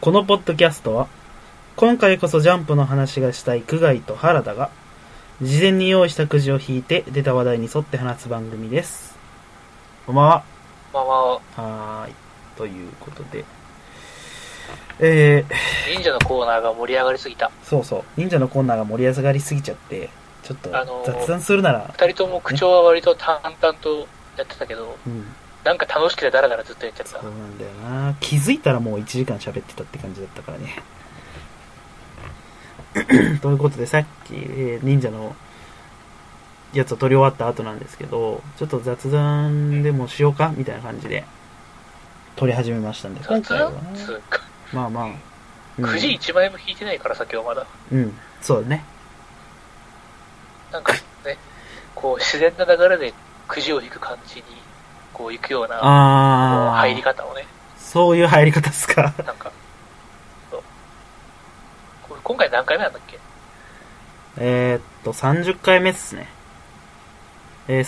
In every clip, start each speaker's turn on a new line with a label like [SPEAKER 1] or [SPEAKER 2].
[SPEAKER 1] このポッドキャストは今回こそジャンプの話がしたい久我井と原田が事前に用意したくじを引いて出た話題に沿って話す番組ですこんばんは
[SPEAKER 2] まあま
[SPEAKER 1] はーいということでえー、
[SPEAKER 2] あ、忍者のコーナーが盛り上がりすぎた。
[SPEAKER 1] そうそう忍者のコーナーが盛り上がりすぎちゃってちょっと
[SPEAKER 2] あのー
[SPEAKER 1] 雑談するなら、
[SPEAKER 2] 二人とも口調は割と淡々とやってたけど、
[SPEAKER 1] うん
[SPEAKER 2] なんか楽しくてダラダラずっとやっちゃっ
[SPEAKER 1] そ
[SPEAKER 2] た
[SPEAKER 1] う。なんだよな気づいたらもう1時間喋ってたって感じだったから ねということでさっき、えー忍者のやつを撮り終わった後なんですけどちょっと雑談でもしようかみたいな感じで撮り始めましたんで今
[SPEAKER 2] 雑
[SPEAKER 1] 回はね
[SPEAKER 2] つうか、
[SPEAKER 1] まあまあ、うん、
[SPEAKER 2] くじ一枚も引いてないからさ、今日まだ。
[SPEAKER 1] うんそうだね
[SPEAKER 2] なんかね、こう自然な流れでくじを引く感じに、こう行くような、こう
[SPEAKER 1] ああ
[SPEAKER 2] 入り方をね、
[SPEAKER 1] そういう入り方っすか
[SPEAKER 2] なんか、そうこう今回何回目なんだっけ
[SPEAKER 1] えーっと30回目っすねえー、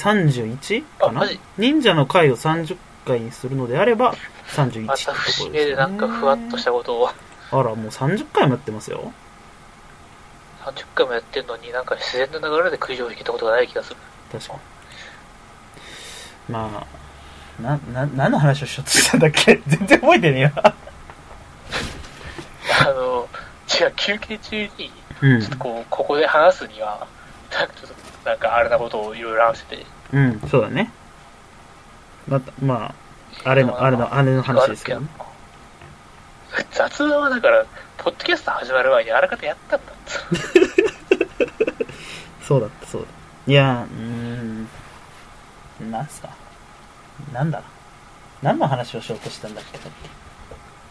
[SPEAKER 1] 31か
[SPEAKER 2] あ、
[SPEAKER 1] な
[SPEAKER 2] マジ
[SPEAKER 1] 忍者の会を30回にするのであれば31ってところ
[SPEAKER 2] ま
[SPEAKER 1] です、
[SPEAKER 2] た
[SPEAKER 1] ね、
[SPEAKER 2] 節目でなんかふわっとしたことを、
[SPEAKER 1] あらもう30回もやってますよ
[SPEAKER 2] 30回もやってんのになんか自然な流れでくじを引けたことがない気がする。
[SPEAKER 1] 確かにまあなな何の話をしようとしたんだっけ 全然覚えてねえわ
[SPEAKER 2] あの、違う、休憩中に、
[SPEAKER 1] うん
[SPEAKER 2] ちょっとこう、ここで話すには、なんかちょっと、なんかあれなことをいろいろ話してて、
[SPEAKER 1] うんそうだねまたまああれのあれのあれの話ですけどね
[SPEAKER 2] 雑談はだから、ポッドキャスト始まる前にあらかたやったんだ。
[SPEAKER 1] そうだったそうだいやうーんなんすかなんだろう何の話をしようとしたんだっけさっ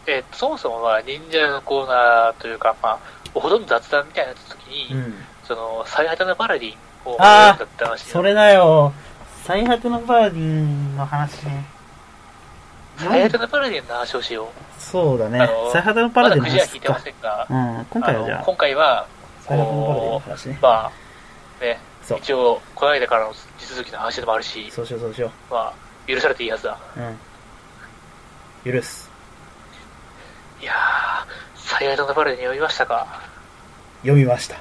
[SPEAKER 1] き
[SPEAKER 2] えーそもそもまあ、忍者のコーナーというか、まあ、ほとんど雑談みたいになった時に、
[SPEAKER 1] うん
[SPEAKER 2] その、最果てのパラディンを
[SPEAKER 1] あー
[SPEAKER 2] 読んだって話
[SPEAKER 1] それだよ最果てのバーディーの話ね
[SPEAKER 2] 最果てのパラディンの話をしよう。
[SPEAKER 1] そうだね
[SPEAKER 2] あの
[SPEAKER 1] 最果てのパ
[SPEAKER 2] ま
[SPEAKER 1] ラ
[SPEAKER 2] だ
[SPEAKER 1] ディー
[SPEAKER 2] く
[SPEAKER 1] の
[SPEAKER 2] じは
[SPEAKER 1] 話
[SPEAKER 2] 聞
[SPEAKER 1] す
[SPEAKER 2] いてま
[SPEAKER 1] か
[SPEAKER 2] せんが、
[SPEAKER 1] うん今回はじ
[SPEAKER 2] あの
[SPEAKER 1] ゃあ
[SPEAKER 2] 今回は、
[SPEAKER 1] 最果てのパラディーの話ね
[SPEAKER 2] まあ、ね、
[SPEAKER 1] そう
[SPEAKER 2] 一応、この間からの手続きの話でもあるし、
[SPEAKER 1] そうしようそうしよ
[SPEAKER 2] まあ、許されていいはずだ。
[SPEAKER 1] ううん許す
[SPEAKER 2] いやー、最愛のバレに読みましたか。
[SPEAKER 1] 読みました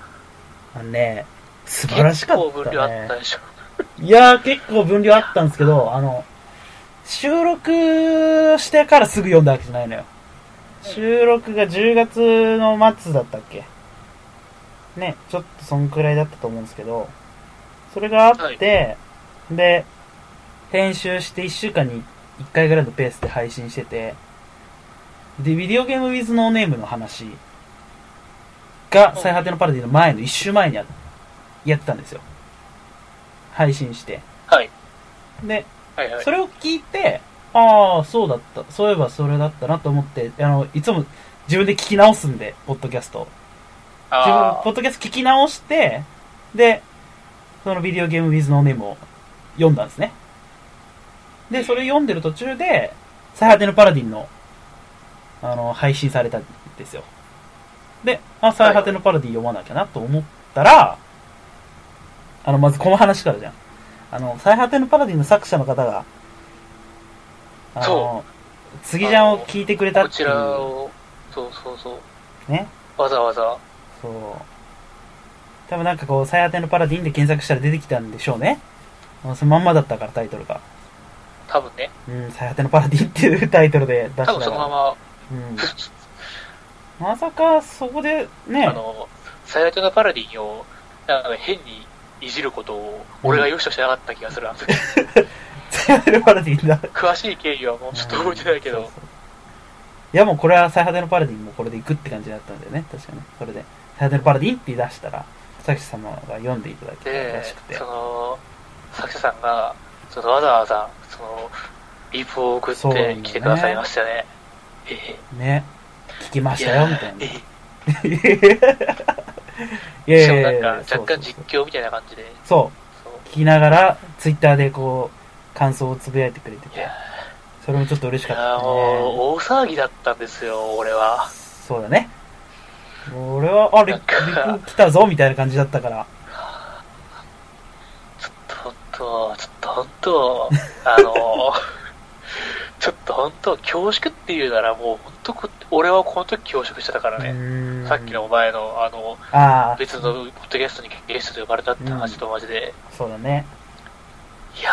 [SPEAKER 1] あのね素晴らしかっ
[SPEAKER 2] 結
[SPEAKER 1] た
[SPEAKER 2] 構分量あった
[SPEAKER 1] ね
[SPEAKER 2] でしょ。
[SPEAKER 1] いやー結構分量あったんですけどあの収録してからすぐ読んだわけじゃないのよ収録が10月の末だったっけねちょっとそんくらいだったと思うんですけどそれがあって、で編集して1週間に1回ぐらいのペースで配信しててでビデオゲーム with ノーネームの話が最果てのパラディの前の1週前にややってたんですよ配信して
[SPEAKER 2] はい。
[SPEAKER 1] で
[SPEAKER 2] はいはい
[SPEAKER 1] そ。れを聞いて、ああ、そうだった。そういえばそれだったなと思って、あの、いつも自分で聞き直すんで、ポッドキャストを自分
[SPEAKER 2] あ、
[SPEAKER 1] ポッドキャスト聞き直して、で、そのビデオゲーム with no name を読んだんですね。で、それ読んでる途中で、最果てのパラディンの、あの、配信されたんですよ。で、あ、最果てのパラディン読まなきゃなと思ったら、あの、まずこの話からじゃん。あの、最果てのパラディンの作者の方が、あ
[SPEAKER 2] そ
[SPEAKER 1] の、次じゃんを聞いてくれた
[SPEAKER 2] こ
[SPEAKER 1] って
[SPEAKER 2] ち
[SPEAKER 1] いう。
[SPEAKER 2] らを、そうそうそう。
[SPEAKER 1] ね。
[SPEAKER 2] わざわざ。
[SPEAKER 1] そう。多分なんかこう、最果てのパラディンで検索したら出てきたんでしょうね。あそのまんまだったからタイトルが。
[SPEAKER 2] 多分ね。
[SPEAKER 1] うん、最果てのパラディンっていうタイトルで出したから。
[SPEAKER 2] 多分そのまま、
[SPEAKER 1] うん。まさかそこでね、
[SPEAKER 2] あの、最愛のパラディンを、なんか変にいじることを、俺が良しとしなかった気が する。
[SPEAKER 1] 最果てのパラディンだ。
[SPEAKER 2] 詳しい経緯はもうちょっと覚えてないけ
[SPEAKER 1] うん
[SPEAKER 2] ど
[SPEAKER 1] そう、そういやもうこれは最果てのパラディンもこれでいくって感じだったんだよね。確かね。それで。最果てのパラディンって出したら、作者様が読んでいただけた
[SPEAKER 2] で
[SPEAKER 1] らしく、て
[SPEAKER 2] そ。の、作者さんが、そのわざわざ、その、リプを送っ
[SPEAKER 1] そうなんだよ
[SPEAKER 2] て
[SPEAKER 1] ね
[SPEAKER 2] きてくださいましたね。ええ
[SPEAKER 1] ね。聞きま
[SPEAKER 2] い
[SPEAKER 1] したよ、
[SPEAKER 2] や
[SPEAKER 1] みた いな。
[SPEAKER 2] え
[SPEAKER 1] いやい
[SPEAKER 2] えしかも
[SPEAKER 1] や
[SPEAKER 2] ないんか
[SPEAKER 1] や、そうそ
[SPEAKER 2] 若干
[SPEAKER 1] う
[SPEAKER 2] 実
[SPEAKER 1] そう
[SPEAKER 2] 況みたいな感じで、
[SPEAKER 1] そう。
[SPEAKER 2] そう
[SPEAKER 1] 聞きながら、ツイッターでこう、感想をつぶやいてくれて
[SPEAKER 2] い
[SPEAKER 1] て
[SPEAKER 2] や、
[SPEAKER 1] それもちょっと嬉し
[SPEAKER 2] い
[SPEAKER 1] かっ
[SPEAKER 2] や
[SPEAKER 1] た、
[SPEAKER 2] もう
[SPEAKER 1] ね。
[SPEAKER 2] 大騒ぎだったんですよ、俺は。
[SPEAKER 1] そうだね。俺は、あれ、
[SPEAKER 2] な
[SPEAKER 1] リ
[SPEAKER 2] んか
[SPEAKER 1] プ来たぞ、みたいな感じだったから。
[SPEAKER 2] ちょっと、ちょっと、ちょっと、本当、あの、ちょっと本当、恐縮っていうならもう、本当こ、俺はこの時恐縮してたからね。
[SPEAKER 1] ね
[SPEAKER 2] さっきのお前の、あの、
[SPEAKER 1] ああ
[SPEAKER 2] 別のポッドキャストにゲストで呼ばれたって話とマジで、
[SPEAKER 1] そうだね
[SPEAKER 2] いや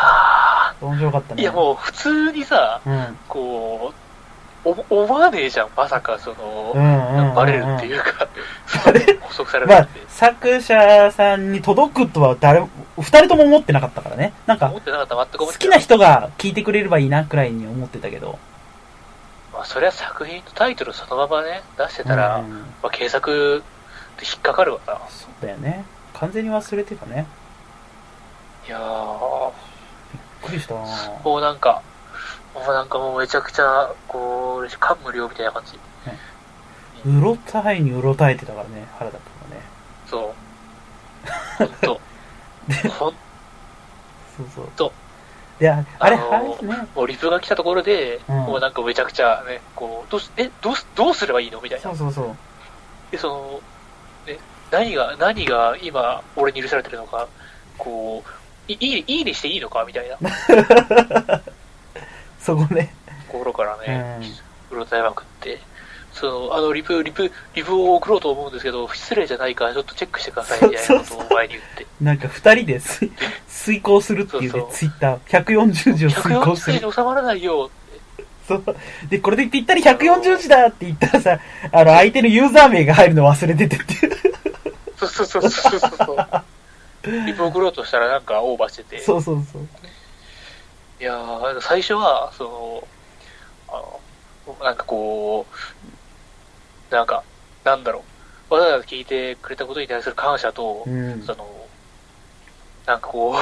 [SPEAKER 1] 面白かった
[SPEAKER 2] ー、
[SPEAKER 1] ね
[SPEAKER 2] いやもう普通にさ、
[SPEAKER 1] う、うん、
[SPEAKER 2] こう、お思わねえじゃん、まさかその
[SPEAKER 1] う、んうんうんうん
[SPEAKER 2] バレるっていうか、
[SPEAKER 1] バレ
[SPEAKER 2] 拘束される
[SPEAKER 1] ま
[SPEAKER 2] っ
[SPEAKER 1] あ
[SPEAKER 2] て。、
[SPEAKER 1] 作者さんに届くとは誰も、二人とも思ってなかったからね。なんか
[SPEAKER 2] 思、ってなかった、全く思
[SPEAKER 1] 好
[SPEAKER 2] って
[SPEAKER 1] き
[SPEAKER 2] な
[SPEAKER 1] な
[SPEAKER 2] かった。
[SPEAKER 1] 人が聞いてくれればいいなくらいに思ってたけど。
[SPEAKER 2] まあ、そりゃ作品のタイトルそのままね、出してたら、
[SPEAKER 1] うん
[SPEAKER 2] まあ、検索で引っかかるわな。
[SPEAKER 1] そうだよね。完全に忘れてたね。
[SPEAKER 2] いやー、
[SPEAKER 1] びっくりしたな
[SPEAKER 2] もうなんか、もうなんかもうめちゃくちゃ、こう、嬉しい感無量みたいな感じ。
[SPEAKER 1] うろたえにうろたえてたからね、原田君はね。
[SPEAKER 2] そ う。ほんと。ほん
[SPEAKER 1] そうそう。
[SPEAKER 2] と
[SPEAKER 1] いや、あれ、
[SPEAKER 2] あの
[SPEAKER 1] あれですね。
[SPEAKER 2] もうリプが来たところで、
[SPEAKER 1] うん
[SPEAKER 2] もうなんかめちゃくちゃね、こう、どうす、え、どうす、どうすればいいのみたい
[SPEAKER 1] そ
[SPEAKER 2] な
[SPEAKER 1] う。そうそう。
[SPEAKER 2] で、その、ね、何が、何が今、俺に許されてるのか、こう、いいい、いいにしていいのかみ たいなと
[SPEAKER 1] そこね。
[SPEAKER 2] ころからね
[SPEAKER 1] うん、
[SPEAKER 2] うろたえまくって、その、あの、リプ、リプ、リプを送ろうと思うんですけど、失礼じゃないか、ちょっとチェックしてください、みたいなことをお前に言って。
[SPEAKER 1] なんか二人です、遂行するっていう
[SPEAKER 2] そう
[SPEAKER 1] ね
[SPEAKER 2] そ、う
[SPEAKER 1] ツイッター。140字を遂行
[SPEAKER 2] 140
[SPEAKER 1] す
[SPEAKER 2] 字
[SPEAKER 1] る
[SPEAKER 2] に。収まらないよ
[SPEAKER 1] そう。で、これでぴったり140字だって言ったらさ、あの、相手のユーザー名が入るの忘れててっていう。
[SPEAKER 2] そうそうそうそうそう そう。リプ送ろうとしたらなんかオーバーしてて。
[SPEAKER 1] そうそうそう。
[SPEAKER 2] いやー、最初は、その、あの、なんかこう、なんか、なんだろう。わざわざ聞いてくれたことに対する感謝と、
[SPEAKER 1] うん
[SPEAKER 2] そ。の、なんかこ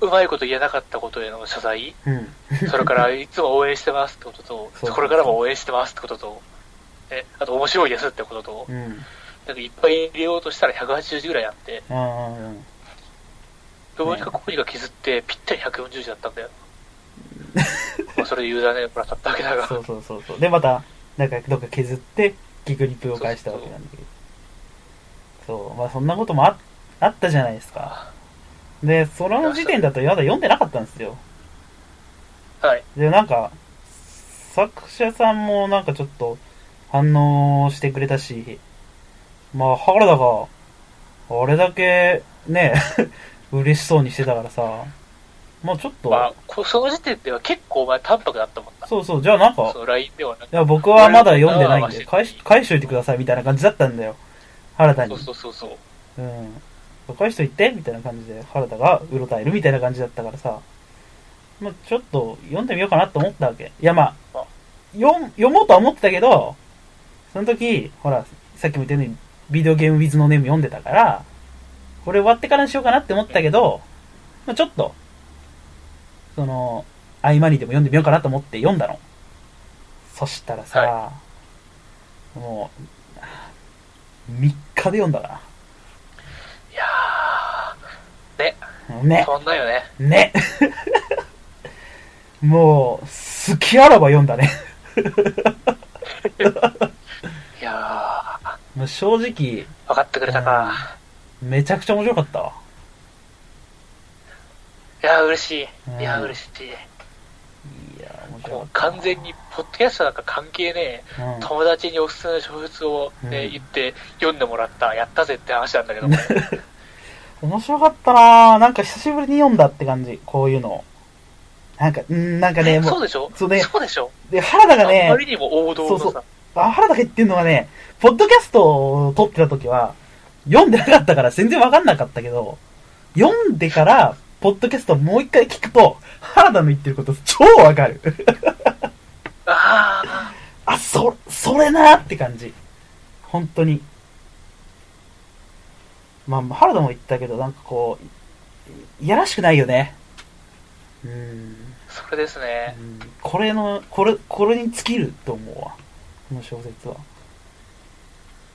[SPEAKER 2] う、 うまいこと言えなかったことへの謝罪、
[SPEAKER 1] うん。
[SPEAKER 2] そ れからいつも応援してますってことと
[SPEAKER 1] そう、
[SPEAKER 2] これからも応援してますってことと、え、あと面白いですってことと
[SPEAKER 1] う、ん。
[SPEAKER 2] なんかいっぱい入れようとしたら180字ぐらいあって、
[SPEAKER 1] うん。
[SPEAKER 2] どうにかここにか削って、ぴったり140字だったん だよ。まあそれでユーザーネームもらったわけだが。
[SPEAKER 1] そうそうそうそう。で、また、なんか、どっか削って、結局リプを返したわけなんだけど。そう。まあ、そんなこともああったじゃないですか。で、その時点だと、まだ読んでなかったんですよ。
[SPEAKER 2] はい。
[SPEAKER 1] で、なんか、作者さんもなんかちょっと反応してくれたし、まあ、原田が、あれだけ、ね、 嬉しそうにしてたからさ、まあちょっと、
[SPEAKER 2] まあ、こその時点では結構お前淡白だったもんな。
[SPEAKER 1] そうそう、じゃあなんか
[SPEAKER 2] そ、の LINE ではなく
[SPEAKER 1] いや僕はまだ読んでないんで、
[SPEAKER 2] 俺は
[SPEAKER 1] 返し、返しといてくださいみたいな感じだったんだよ。原田に。
[SPEAKER 2] そうそうそうそう。
[SPEAKER 1] うん。返しといてみたいな感じで、原田がうろたえるみたいな感じだったからさ、まあ、ちょっと読んでみようかなと思ったわけ。いや、まあ
[SPEAKER 2] あ、
[SPEAKER 1] 読ん読もうとは思ってたけど、その時、ほら、さっきも言ったように、ビデオゲームウィズのネーム読んでたから、これ終わってからにしようかなって思ったけど、まあ、ちょっと、その、合間にでも読んでみようかなと思って読んだの。そしたらさ、
[SPEAKER 2] は
[SPEAKER 1] もう、3日で読んだか
[SPEAKER 2] いや
[SPEAKER 1] ら。
[SPEAKER 2] ー、
[SPEAKER 1] ね。
[SPEAKER 2] そんなんよね。
[SPEAKER 1] ね。 もう、好きあらば読んだね。
[SPEAKER 2] いやー、
[SPEAKER 1] もう正直、
[SPEAKER 2] 分かってくれたか。
[SPEAKER 1] めちゃくちゃ面白かったわ。
[SPEAKER 2] いやー、嬉し
[SPEAKER 1] うん
[SPEAKER 2] い。いやー、嬉し
[SPEAKER 1] いや、面
[SPEAKER 2] い。
[SPEAKER 1] 白
[SPEAKER 2] も
[SPEAKER 1] か
[SPEAKER 2] う
[SPEAKER 1] った。
[SPEAKER 2] 完全に、ポッドキャストなんか関係ねえ、
[SPEAKER 1] うん、
[SPEAKER 2] 友達におすすめの小説を、ね
[SPEAKER 1] うん
[SPEAKER 2] 言って、読んでもらった、やったぜって話なんだけども。
[SPEAKER 1] 面白かったなぁ。なんか久しぶりに読んだって感じ。こういうの。なんか、うん、なんかね、
[SPEAKER 2] そ
[SPEAKER 1] も
[SPEAKER 2] う
[SPEAKER 1] う、
[SPEAKER 2] でしょ
[SPEAKER 1] そうね
[SPEAKER 2] そうでしょ
[SPEAKER 1] で原田が
[SPEAKER 2] あま
[SPEAKER 1] ね、
[SPEAKER 2] りにも王道のさ、
[SPEAKER 1] そうそあ原田が言ってるのはね、ポッドキャストを撮ってた時は、読んでなかったから全然わかんなかったけど、読んでから、ポッドキャストをもう一回聞くと、原田の言ってること超わかる。
[SPEAKER 2] ああ、
[SPEAKER 1] あ、そ、それなって感じ。本当に。まあ、原田も言ったけど、なんかこう、いいやらしくないよね。うーん。
[SPEAKER 2] それです
[SPEAKER 1] う
[SPEAKER 2] ね。
[SPEAKER 1] んこれの、これ、これに尽きると思うわ。この小説は。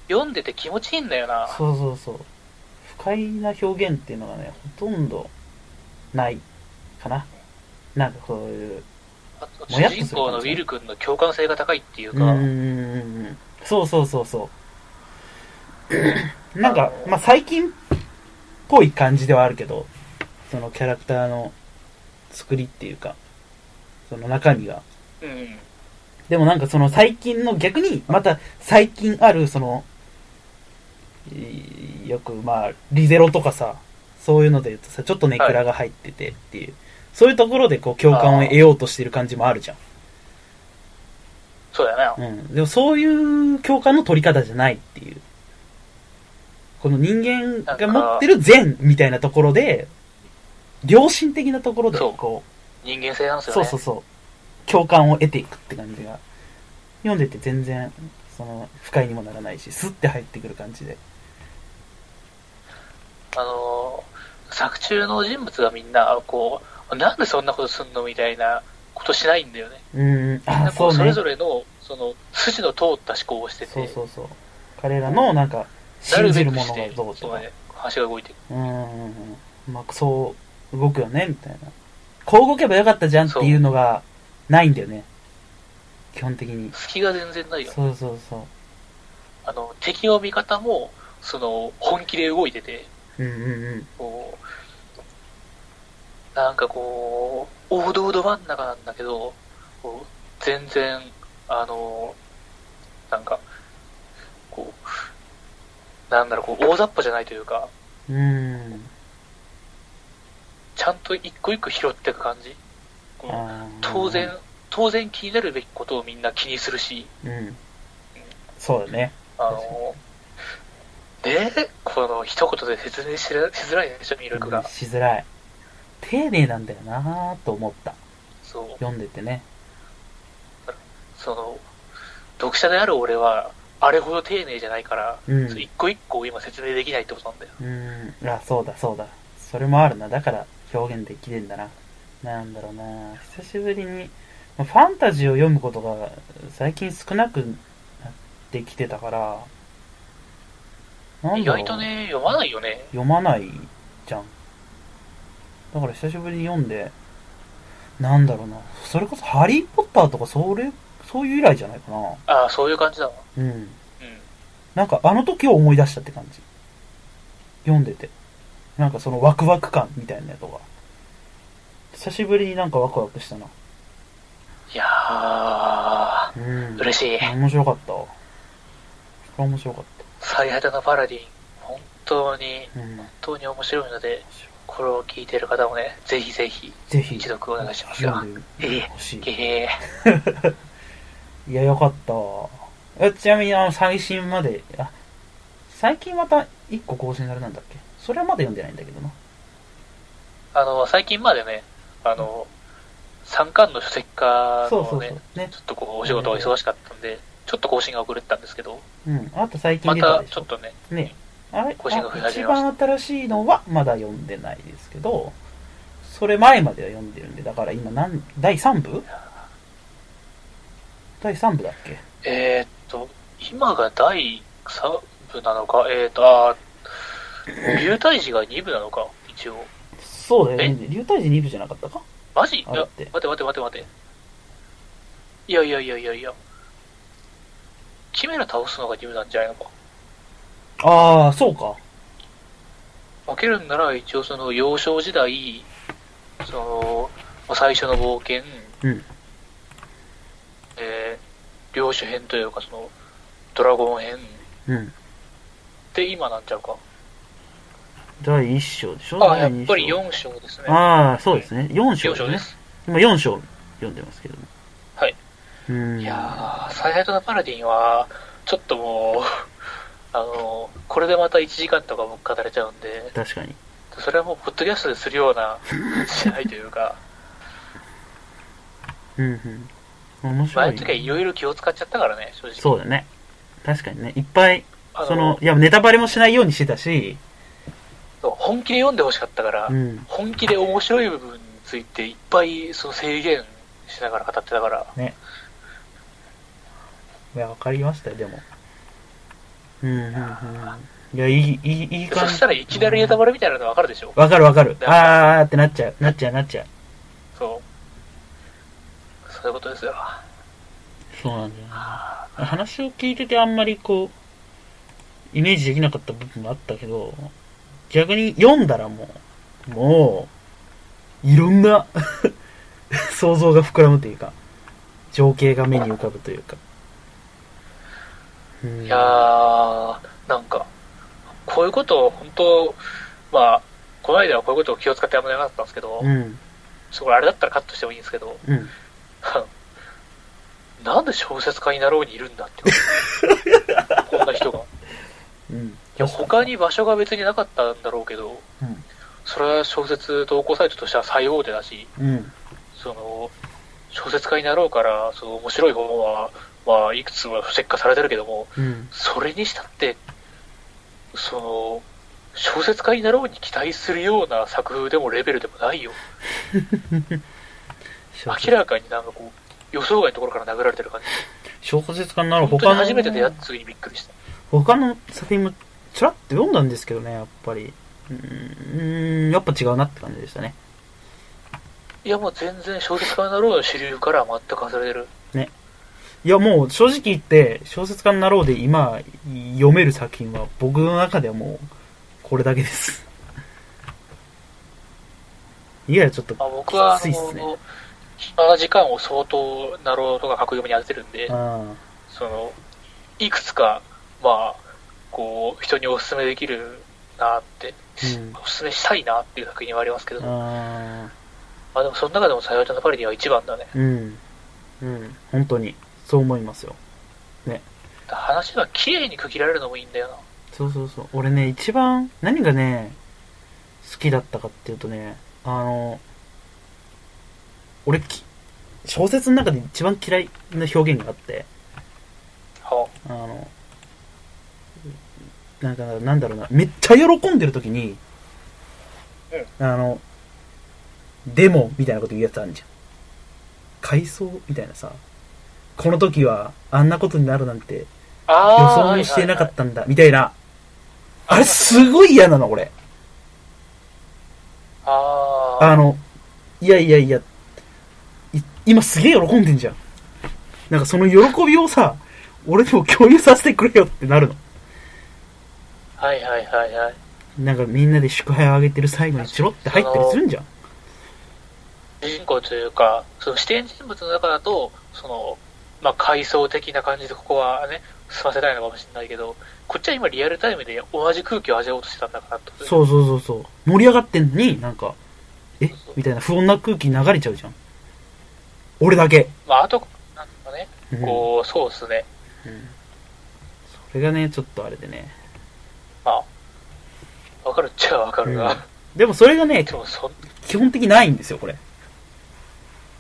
[SPEAKER 2] 読んでて気持ちいいんだよな。
[SPEAKER 1] そうそうそう。不快な表現っていうのがね、ほとんどないかな。なんかこういう。
[SPEAKER 2] あと
[SPEAKER 1] もや
[SPEAKER 2] 主
[SPEAKER 1] っとする
[SPEAKER 2] 人公のウィル君の共感性が高いっていう
[SPEAKER 1] うー
[SPEAKER 2] か、
[SPEAKER 1] ん。そうそうそうそう。 なんか、まあ、最近っぽい感じではあるけど、そのキャラクターの作りっていうか、その中身が
[SPEAKER 2] うん。
[SPEAKER 1] でもなんかその最近の逆にまた最近あるそのいよくまあリゼロとかさそういうので言うとさちょっとネクラが入っててっていう、そういうところでこう共感を得ようとしてる感じもあるじゃん、
[SPEAKER 2] そうだよね。
[SPEAKER 1] うん、でもそういう共感の取り方じゃないっていうこの人間が持ってる善みたいなところで良心的なところで
[SPEAKER 2] そう
[SPEAKER 1] こう
[SPEAKER 2] 人間性なんですよ
[SPEAKER 1] そ
[SPEAKER 2] ね。
[SPEAKER 1] うそうそう。共感を得ていくって感じが。読んでて全然、その、不快にもならないし、スッて入ってくる感じで。
[SPEAKER 2] あのー、作中の人物がみんな、こう、なんでそんなことすんのみたいなことしないんだよね。
[SPEAKER 1] うーん、あ、
[SPEAKER 2] こ
[SPEAKER 1] そうう
[SPEAKER 2] そ
[SPEAKER 1] ね。
[SPEAKER 2] れ
[SPEAKER 1] そ
[SPEAKER 2] ぞれの、その、筋の通った思考をしてて、
[SPEAKER 1] うそうそう。彼らの、なんか、
[SPEAKER 2] な
[SPEAKER 1] 信じ
[SPEAKER 2] べ
[SPEAKER 1] る
[SPEAKER 2] く
[SPEAKER 1] もの
[SPEAKER 2] し
[SPEAKER 1] が
[SPEAKER 2] て
[SPEAKER 1] どうと
[SPEAKER 2] そう
[SPEAKER 1] か。
[SPEAKER 2] ね、話が動いてる。
[SPEAKER 1] うーん、うまあ、そう、動くよね、みたいな。こう動けばよかったじゃんっていうのが、ないんだよね。基本的に。
[SPEAKER 2] 隙が全然ないよ。
[SPEAKER 1] そうそうそ
[SPEAKER 2] あの、敵の味方も、その、本気で動いてて、
[SPEAKER 1] う。うんうん
[SPEAKER 2] こう、なんかこう、王道ど真ん中なんだけど、こう全然、あの、なんか、こう、なんだろう、こう、大雑把じゃないというか、
[SPEAKER 1] うん。うーん。
[SPEAKER 2] ちゃんと一個一個拾っていく感じ。こう
[SPEAKER 1] あー
[SPEAKER 2] 当然、当然気になるべきことをみんな気にするし、
[SPEAKER 1] うん。そうだね。
[SPEAKER 2] あの、ねえ、この一言で説明しらしづらいでしょ、魅力が。
[SPEAKER 1] しづらい。丁寧なんだよなぁと思った。
[SPEAKER 2] そう。
[SPEAKER 1] 読んでてね。
[SPEAKER 2] その、読者である俺は、あれほど丁寧じゃないから、
[SPEAKER 1] うん。
[SPEAKER 2] 一個一個を今説明できないってことなんだよ。
[SPEAKER 1] うん。あ、そうだそうだ。それもあるな。だから表現できてんだな。なんだろうなぁ久しぶりに、まあファンタジーを読むことが最近少なくなってきてたから、なん
[SPEAKER 2] 意
[SPEAKER 1] だろう
[SPEAKER 2] 外とね、読まないよね。
[SPEAKER 1] 読まないじゃん。だから久しぶりに読んで、なんだろうな。それこそハリーポッターとかそれ、そういう以来じゃないかな。
[SPEAKER 2] ああ、そういう感じだわ。
[SPEAKER 1] うん。
[SPEAKER 2] うん。
[SPEAKER 1] なんかあの時を思い出したって感じ。読んでて。なんかそのワクワク感みたいなのが。久しぶりになんかワクワクしたな。
[SPEAKER 2] いやー、
[SPEAKER 1] うん。
[SPEAKER 2] 嬉しい。
[SPEAKER 1] 面白かったわ。これ面白かっ
[SPEAKER 2] 最果てのパラディン、本当に、
[SPEAKER 1] た。うん。面
[SPEAKER 2] 本当に面白いので、
[SPEAKER 1] 白い
[SPEAKER 2] これを聞いてる方もね、ぜひぜひ、
[SPEAKER 1] ぜひ、
[SPEAKER 2] 一読お願いしますよ。
[SPEAKER 1] 読んで
[SPEAKER 2] ええ
[SPEAKER 1] ほしい。
[SPEAKER 2] ええ
[SPEAKER 1] いや、よかったわ。えちなみに、あの、最新まで、あ、最近また一個更新されなんだっけそれはまだ読んでないんだけどな。
[SPEAKER 2] あの、最近までね、あの、三巻の書籍化
[SPEAKER 1] そうそ
[SPEAKER 2] の
[SPEAKER 1] う
[SPEAKER 2] ね
[SPEAKER 1] そ、う。ね
[SPEAKER 2] ち。ょっとこう、お仕事が忙しかったんで、ちょっと更新が遅れてたんですけど、
[SPEAKER 1] うん。あと最近
[SPEAKER 2] ま
[SPEAKER 1] 出た
[SPEAKER 2] た
[SPEAKER 1] でし
[SPEAKER 2] ちょ
[SPEAKER 1] ょ
[SPEAKER 2] っ。とね、
[SPEAKER 1] ね。あれ
[SPEAKER 2] 更新が増え
[SPEAKER 1] あ一
[SPEAKER 2] 始めました
[SPEAKER 1] 番新しいのはまだ読んでないですけど、それ前までは読んでるんで、だから今何、第3部第3部だっけ
[SPEAKER 2] えーっと、今が第3部なのか、えーっと、あー流体児が2部なのか、一応。
[SPEAKER 1] そうだよね。流体児2部じゃなかったか
[SPEAKER 2] マジいや
[SPEAKER 1] あれっ
[SPEAKER 2] 待
[SPEAKER 1] て
[SPEAKER 2] て待て待て待て。いやいやいやいやいや。キメラ倒すのが2部なんじゃないのか。
[SPEAKER 1] ああ、そうか。
[SPEAKER 2] 分けるんなら一応その幼少時代、その、まあ最初の冒険、
[SPEAKER 1] うん
[SPEAKER 2] えー領主編というかその、ドラゴン編
[SPEAKER 1] うん。
[SPEAKER 2] で今なんちゃうか。
[SPEAKER 1] 第1章でしょ
[SPEAKER 2] あ、やっぱり
[SPEAKER 1] 4
[SPEAKER 2] 4章ですね。
[SPEAKER 1] ああ、そうですね。4
[SPEAKER 2] 4
[SPEAKER 1] 章
[SPEAKER 2] 章
[SPEAKER 1] ね
[SPEAKER 2] で。す。
[SPEAKER 1] 今4章読んでますけどね。
[SPEAKER 2] はい。
[SPEAKER 1] うーん。
[SPEAKER 2] いやー、最愛とのパラディンは、ちょっともう、 あのー、これでまた1時間とか僕語れちゃうんで、
[SPEAKER 1] 確かに。
[SPEAKER 2] それはもう、ポッドキャストでするよ うな、しないというか、
[SPEAKER 1] うんうん。面白
[SPEAKER 2] 前
[SPEAKER 1] い
[SPEAKER 2] の
[SPEAKER 1] ね、
[SPEAKER 2] 時はいろいろ気を使っちゃったからね、正直。
[SPEAKER 1] そうだね。確かにね。いっぱい、
[SPEAKER 2] あ
[SPEAKER 1] その、いや、ネタバレもしないようにしてたし、
[SPEAKER 2] そう本気で読んでほしかったから、
[SPEAKER 1] うん。
[SPEAKER 2] 本気で面白い部分についていっぱいその制限しながら語ってたから、
[SPEAKER 1] いや、わかりましたよ、でも。うんうんうん。いや、いい、いい、いい
[SPEAKER 2] そ
[SPEAKER 1] 感じ。
[SPEAKER 2] したらいきなりネタバレみたいなのわかるでしょ。
[SPEAKER 1] わかるわかる。
[SPEAKER 2] だから
[SPEAKER 1] あーってなっちゃう。なっちゃう、なっちゃう。
[SPEAKER 2] そう。そういうことですよ。
[SPEAKER 1] そうなんだよな。話を聞いててあんまりこう、イメージできなかった部分もあったけど、逆に読んだらもう、 もう、いろんな想像が膨らむというか、情景が目に浮かぶというか。うん
[SPEAKER 2] いやー、なんか、こういうことを本当、まあ、この間はこういうことを気を使ってあんまりなかったんですけど、
[SPEAKER 1] うん、
[SPEAKER 2] そこあれだったらカットしてもいいんですけど、
[SPEAKER 1] うん。
[SPEAKER 2] あのなんで小説家になろうにいるんだって こと。こんな人が。い
[SPEAKER 1] うん。い
[SPEAKER 2] や、他に場所が別になかったんだろうけど、
[SPEAKER 1] うん
[SPEAKER 2] それは小説投稿サイトとしては最大手だし、
[SPEAKER 1] うん。
[SPEAKER 2] その、小説家になろうから、その面白い本は、まあ、いくつもチェッ化されてるけども、
[SPEAKER 1] うん。
[SPEAKER 2] それにしたって、その、小説家になろうに期待するような作風でもレベルでもないよ。明らかになんかこう、予想外のところから殴られてる感じ。
[SPEAKER 1] 小説家になる
[SPEAKER 2] 本
[SPEAKER 1] 他
[SPEAKER 2] 当
[SPEAKER 1] の
[SPEAKER 2] に初めて出会った時にびっくりした。
[SPEAKER 1] 他の作品もちらっと読んだんですけどね、やっぱり。うーん、やっぱ違うなって感じでしたね。
[SPEAKER 2] いやもう全然小説家になろうの主流からは全く外れてる。
[SPEAKER 1] いや、もう正直言って、小説家になろうで今読める作品は僕の中ではもうこれだけです。 いや、ちょっと、
[SPEAKER 2] まあ、僕は、あ
[SPEAKER 1] きついっすね
[SPEAKER 2] の、暇な時間を相当なろうとか格読みに当ててるんで、
[SPEAKER 1] うん。
[SPEAKER 2] その、いくつか、まあ、こう、人にお勧めできるなって、
[SPEAKER 1] うん
[SPEAKER 2] お勧めしたいなっていう作品はありますけど、
[SPEAKER 1] あ
[SPEAKER 2] まあでもその中でも最愛のパリには一番だね。
[SPEAKER 1] ーうん。うん。本当に、そう思いますよ。
[SPEAKER 2] 話は綺麗に区切られるのもいいんだよな。
[SPEAKER 1] そうそうそう。俺ね、一番、何がね、好きだったかっていうとね、あの、俺き、小説の中で一番嫌いな表現があって、
[SPEAKER 2] は
[SPEAKER 1] あの、なんか、なんだろうな、めっちゃ喜んでる時に、あの、でも、みたいなこと言うやつあるじゃん。回想みたいなさ、この時はあんなことになるなんて
[SPEAKER 2] あ、
[SPEAKER 1] 予
[SPEAKER 2] あ
[SPEAKER 1] 想もしてなかったんだ、みたいな。
[SPEAKER 2] は
[SPEAKER 1] あ
[SPEAKER 2] いはい
[SPEAKER 1] れすごい嫌なの、俺。
[SPEAKER 2] た。ああ
[SPEAKER 1] あの、いやいやいや、い今すげえ喜んでんじゃん。なんかその喜びをさ、俺でも共有させてくれよってなるの。
[SPEAKER 2] はいはいはいはい。
[SPEAKER 1] なんかみんなで祝杯をあげてる最後にチロって入ったりするんじゃん。
[SPEAKER 2] 主人公というか、その視点人物の中だと、その、まあ、階層的な感じでここはね、済ませたいのかもしれないけど、こっちは今リアルタイムで同じ空気を味わおうとしてたんだからってことで
[SPEAKER 1] そうそうそうそう。盛り上がってんのに、なんか、え
[SPEAKER 2] そうそう
[SPEAKER 1] みたいな不穏な空気流れちゃうじゃん。俺だけ。
[SPEAKER 2] まあ、あと、なんかね、
[SPEAKER 1] うん
[SPEAKER 2] こう、そうですね。
[SPEAKER 1] それがね、ちょっとあれでね。
[SPEAKER 2] まあ、わかるっちゃわかるが、
[SPEAKER 1] でもそれがね
[SPEAKER 2] で、もそん、
[SPEAKER 1] 基本的にないんですよ、これ。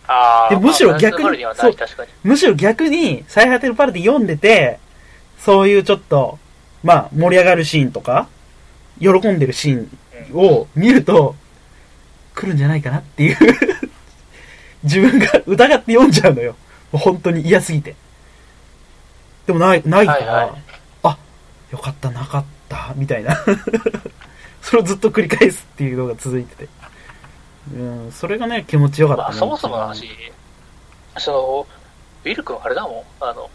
[SPEAKER 2] ああ、
[SPEAKER 1] でむしろ逆に
[SPEAKER 2] まあ、はない、確かに。
[SPEAKER 1] むしろ逆に、最果てのパルティ読んでて、そういうちょっと、まあ、盛り上がるシーンとか、喜んでるシーンを見ると、来るんじゃないかなっていう、 自分が疑って読んじゃうのよ。もう本当に嫌すぎて。でもない、ないから、
[SPEAKER 2] はいはい
[SPEAKER 1] あ、よかった、なかった、みたいな。 それをずっと繰り返すっていうのが続いてて。うん、それがね、気持ちよかった
[SPEAKER 2] ま
[SPEAKER 1] な、
[SPEAKER 2] あ、そもそもの話、その、ウィル君、あれだもん、あの、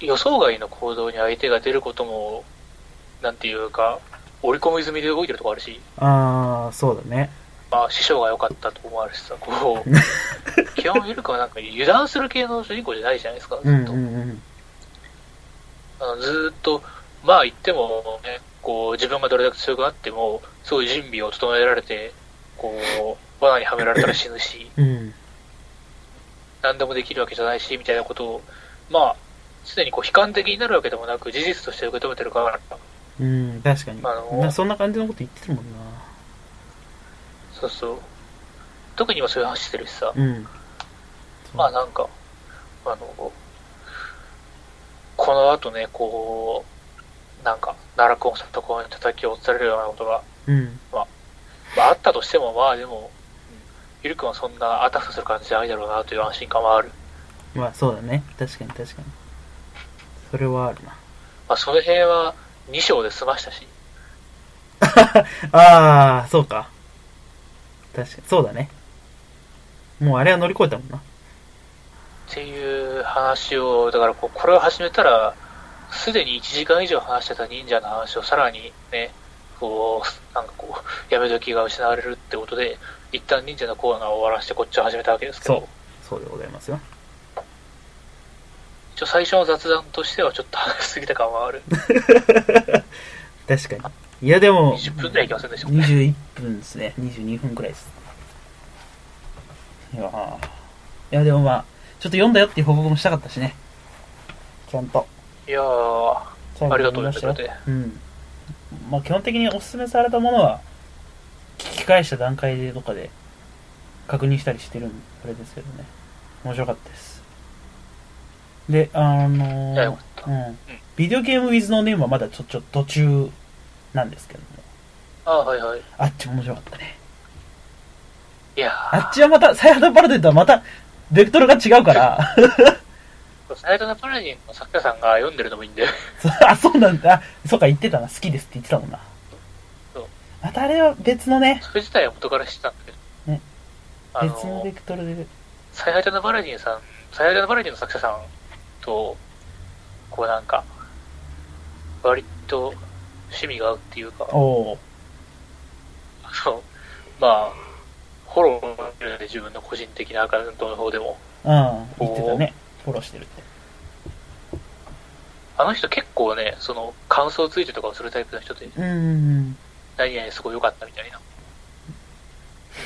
[SPEAKER 2] 予想外の行動に相手が出ることも、なんていうか、織り込み済みで動いてるとこあるし、
[SPEAKER 1] ああ、そうだね。
[SPEAKER 2] まあ、師匠が良かったとこもあるしさ、こう、 基本ウィル君はなんか油断する系の主人公じゃないじゃないですか、ず
[SPEAKER 1] う
[SPEAKER 2] っ
[SPEAKER 1] ん
[SPEAKER 2] と。
[SPEAKER 1] うんうん。
[SPEAKER 2] あのずーっと、まあ言っても、ね、こう、自分がどれだけ強くなっても、すごい準備を整えられて、こう、罠にはめられたら死ぬし、
[SPEAKER 1] うん。
[SPEAKER 2] 何でもできるわけじゃないし、みたいなことを、まあ、すでにこう悲観的になるわけでもなく、事実として受け止めてるから、
[SPEAKER 1] うん、確かに。
[SPEAKER 2] あの
[SPEAKER 1] なそんな感じのこと言ってるもんな。
[SPEAKER 2] そうそう。特に今そういう話してるしさ、
[SPEAKER 1] うん。
[SPEAKER 2] まあなんか、あの、この後ね、こう、なんか、奈良コンサート公演叩き落とされるようなことが、
[SPEAKER 1] うん。
[SPEAKER 2] まあ、あったとしても、まあでも、ゆるくんはそんなあたふたする感じじゃないだろうなという安心感はある。
[SPEAKER 1] まあそうだね。確かに確かに。それはあるな。
[SPEAKER 2] まあ、その辺は2章で済ましたし、
[SPEAKER 1] ああ、そうか。確かに。そうだね。もうあれは乗り越えたもんな。
[SPEAKER 2] っていう話を、だからこうこれを始めたら、すでに1時間以上話してた忍者の話をさらにね、こう、なんかこう、やめ時が失われるってことで、一旦忍者のコーナーを終わらせてこっちを始めたわけですけど、
[SPEAKER 1] そうでございますよ。
[SPEAKER 2] ちょ最初の雑談としてはちょっと話しすぎた感は ある。
[SPEAKER 1] 確かに。いや、でも、
[SPEAKER 2] 20分くらいいきませんでしたもんね。
[SPEAKER 1] 21分ですね。22分くらいです。いやーいや、でもまあ、ちょっと読んだよっていう報告もしたかったしね。ちゃんと。
[SPEAKER 2] いやー、
[SPEAKER 1] ちゃん
[SPEAKER 2] ありがと
[SPEAKER 1] 読み
[SPEAKER 2] う
[SPEAKER 1] ま
[SPEAKER 2] ね、
[SPEAKER 1] し
[SPEAKER 2] そ
[SPEAKER 1] た
[SPEAKER 2] れ
[SPEAKER 1] よ
[SPEAKER 2] で。
[SPEAKER 1] うん。まあ、基本的におすすめされたものは、聞き返した段階でとかで確認したりしてるんあれですけどね。面白かったです。で、あの
[SPEAKER 2] いや、よ
[SPEAKER 1] ー
[SPEAKER 2] か、った。
[SPEAKER 1] うん。ビデオゲーム with no name はまだちょ、ちょ、途中なんですけども。
[SPEAKER 2] あーはいはい。
[SPEAKER 1] あっちも面白かったね。
[SPEAKER 2] いや
[SPEAKER 1] あ
[SPEAKER 2] ー
[SPEAKER 1] っ、ちはまた、サイハドパルデンとはまた、ベクトルが違うから。
[SPEAKER 2] サイトのパラディンの作家さんが読んでるのもいいんだよ。
[SPEAKER 1] そうあ、そうなんだ。あそうか、言ってたな。好きですって言ってたもんな
[SPEAKER 2] そう。
[SPEAKER 1] またあれは別のね、
[SPEAKER 2] それ自体は元から知ってたんだけど。
[SPEAKER 1] ね
[SPEAKER 2] あ
[SPEAKER 1] 別のベ
[SPEAKER 2] の、
[SPEAKER 1] クトルで。
[SPEAKER 2] 最果てのバラディンさん、最果てのバラディンの作者さんと、こうなんか、割と趣味が合うっていうか、
[SPEAKER 1] おお
[SPEAKER 2] あの、まあ、フォローしてるんで自分の個人的なアカウントの方でも。
[SPEAKER 1] ー。うん。言ってたね。フォローしてるって。
[SPEAKER 2] あの人結構ね、その、感想ツイートとかをするタイプの人で、
[SPEAKER 1] うーん。
[SPEAKER 2] 何々すごい良かったみたいな。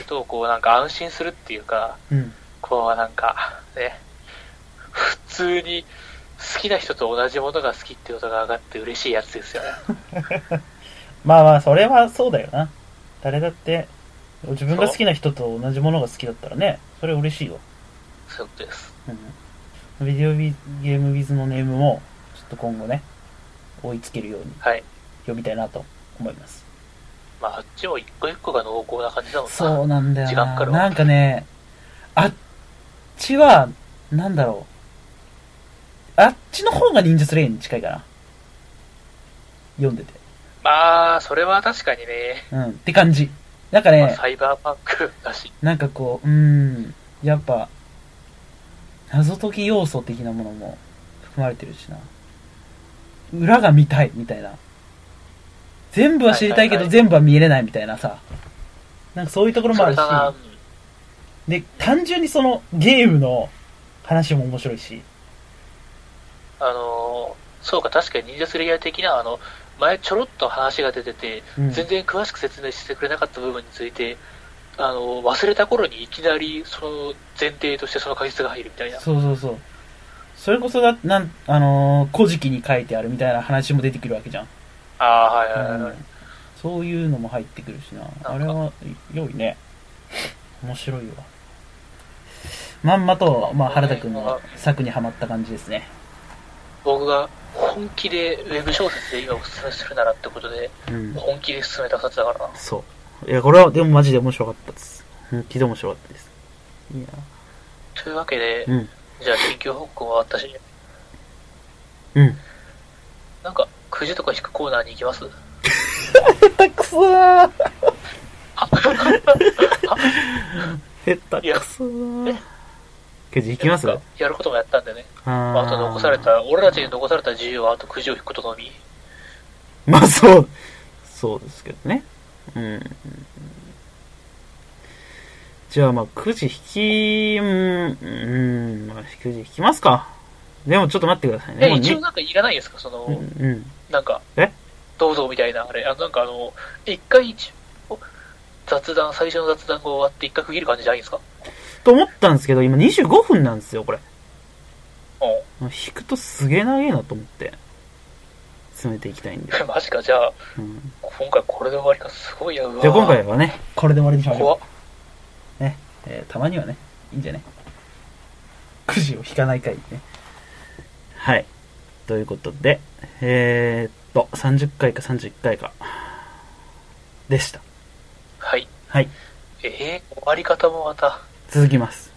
[SPEAKER 2] と、こうなんか安心するっていうか、
[SPEAKER 1] うん。
[SPEAKER 2] こうなんか、ね、普通に好きな人と同じものが好きってことが上がって嬉しいやつですよね。
[SPEAKER 1] まあまあ、それはそうだよな。誰だって、自分が好きな人と同じものが好きだったらね、それ嬉しいよ。
[SPEAKER 2] そういうことです。
[SPEAKER 1] うん。ビデオビゲームウィズのネームも、ちょっと今後ね、追いつけるように
[SPEAKER 2] はい。
[SPEAKER 1] 読みたいなと思います。
[SPEAKER 2] まあ、あっちも一個一個が濃厚な感じだもんな。
[SPEAKER 1] そうなんだよ
[SPEAKER 2] 時間かか
[SPEAKER 1] な。
[SPEAKER 2] るわ
[SPEAKER 1] なんかね、あっちは、なんだろう。あっちの方が忍者スレイに近いかな。読んでて。
[SPEAKER 2] まあ、それは確かにね、
[SPEAKER 1] うん。って感じ。なんか
[SPEAKER 2] まあ
[SPEAKER 1] ね、
[SPEAKER 2] サイバーパンクだし、
[SPEAKER 1] なんかこう、うーん。やっぱ、謎解き要素的なものも含まれてるしな。裏が見たいみたいな。全部は知りたいけ
[SPEAKER 2] はいは
[SPEAKER 1] ど
[SPEAKER 2] いはい
[SPEAKER 1] 全部は見れないみたいなさ。なんかそういうところも
[SPEAKER 2] そ
[SPEAKER 1] ある
[SPEAKER 2] れ
[SPEAKER 1] し。
[SPEAKER 2] かな、うん
[SPEAKER 1] で、単純にそのゲームの話も面白いし。
[SPEAKER 2] あのー、そうか、確かに忍者スレイヤー的な、あの、前ちょろっと話が出てて、
[SPEAKER 1] うん
[SPEAKER 2] 全然詳しく説明してくれなかった部分について、あの、忘れた頃にいきなり、その前提としてその解説が入るみたいな。
[SPEAKER 1] そうそうそう。それこそだ、なん、あのー古事記に書いてあるみたいな話も出てくるわけじゃん。
[SPEAKER 2] ああ、はいはいはい、は
[SPEAKER 1] う
[SPEAKER 2] い
[SPEAKER 1] んそういうのも入ってくるしな。
[SPEAKER 2] か
[SPEAKER 1] あれは、良いね。面白いわ。まんまと、まあ、原田くんの作にはまった感じですね。
[SPEAKER 2] 僕が本気でウェブ小説で今お勧めするならってことで、
[SPEAKER 1] うん。
[SPEAKER 2] 本気で勧めた冊だからな。
[SPEAKER 1] そう。いや、これは、でもマジで面白かったです。本気で面白かったです。いや、
[SPEAKER 2] というわけで、
[SPEAKER 1] うん。
[SPEAKER 2] じゃあ緊急報告は私、
[SPEAKER 1] うん。
[SPEAKER 2] なんか、くじとか引くコーナーに行きます
[SPEAKER 1] 下手くそー 下手
[SPEAKER 2] く
[SPEAKER 1] くそーくじ引きます
[SPEAKER 2] なん
[SPEAKER 1] か
[SPEAKER 2] かやることもやったんでね。
[SPEAKER 1] あ
[SPEAKER 2] あと残された、俺らたちに残された自由はあとくじを引くことのみ。
[SPEAKER 1] まあそうそうですけどねうんじゃあまあくじ引きうんうんまあくじ引きますかでもちょっと待ってくださいね
[SPEAKER 2] え、
[SPEAKER 1] もうね
[SPEAKER 2] 一応なんかいらないですかその、
[SPEAKER 1] うんうん
[SPEAKER 2] なんか、
[SPEAKER 1] え
[SPEAKER 2] どうぞみたいな、あれ、あなんかあの、一回一応、雑談、最初の雑談が終わって一回区切る感じじゃないですか
[SPEAKER 1] と思ったんですけど今25分なんですよこれ
[SPEAKER 2] う
[SPEAKER 1] 引くとすげえ長いなと思って進めていきたいんで、
[SPEAKER 2] ん。 マジか、じゃあ、
[SPEAKER 1] うん
[SPEAKER 2] 今回これで終わりか、すごいや、うわ
[SPEAKER 1] じゃあ今回はね、これで終わりにしまし
[SPEAKER 2] 怖
[SPEAKER 1] ょ
[SPEAKER 2] っ
[SPEAKER 1] う。ね。えーたまにはね、いいんじゃねくじを引かない回ね。はい。ということで、えー、っと、30回か31回か。でした。
[SPEAKER 2] はい。
[SPEAKER 1] はい。
[SPEAKER 2] えー、終わり方もまた。
[SPEAKER 1] 続きます。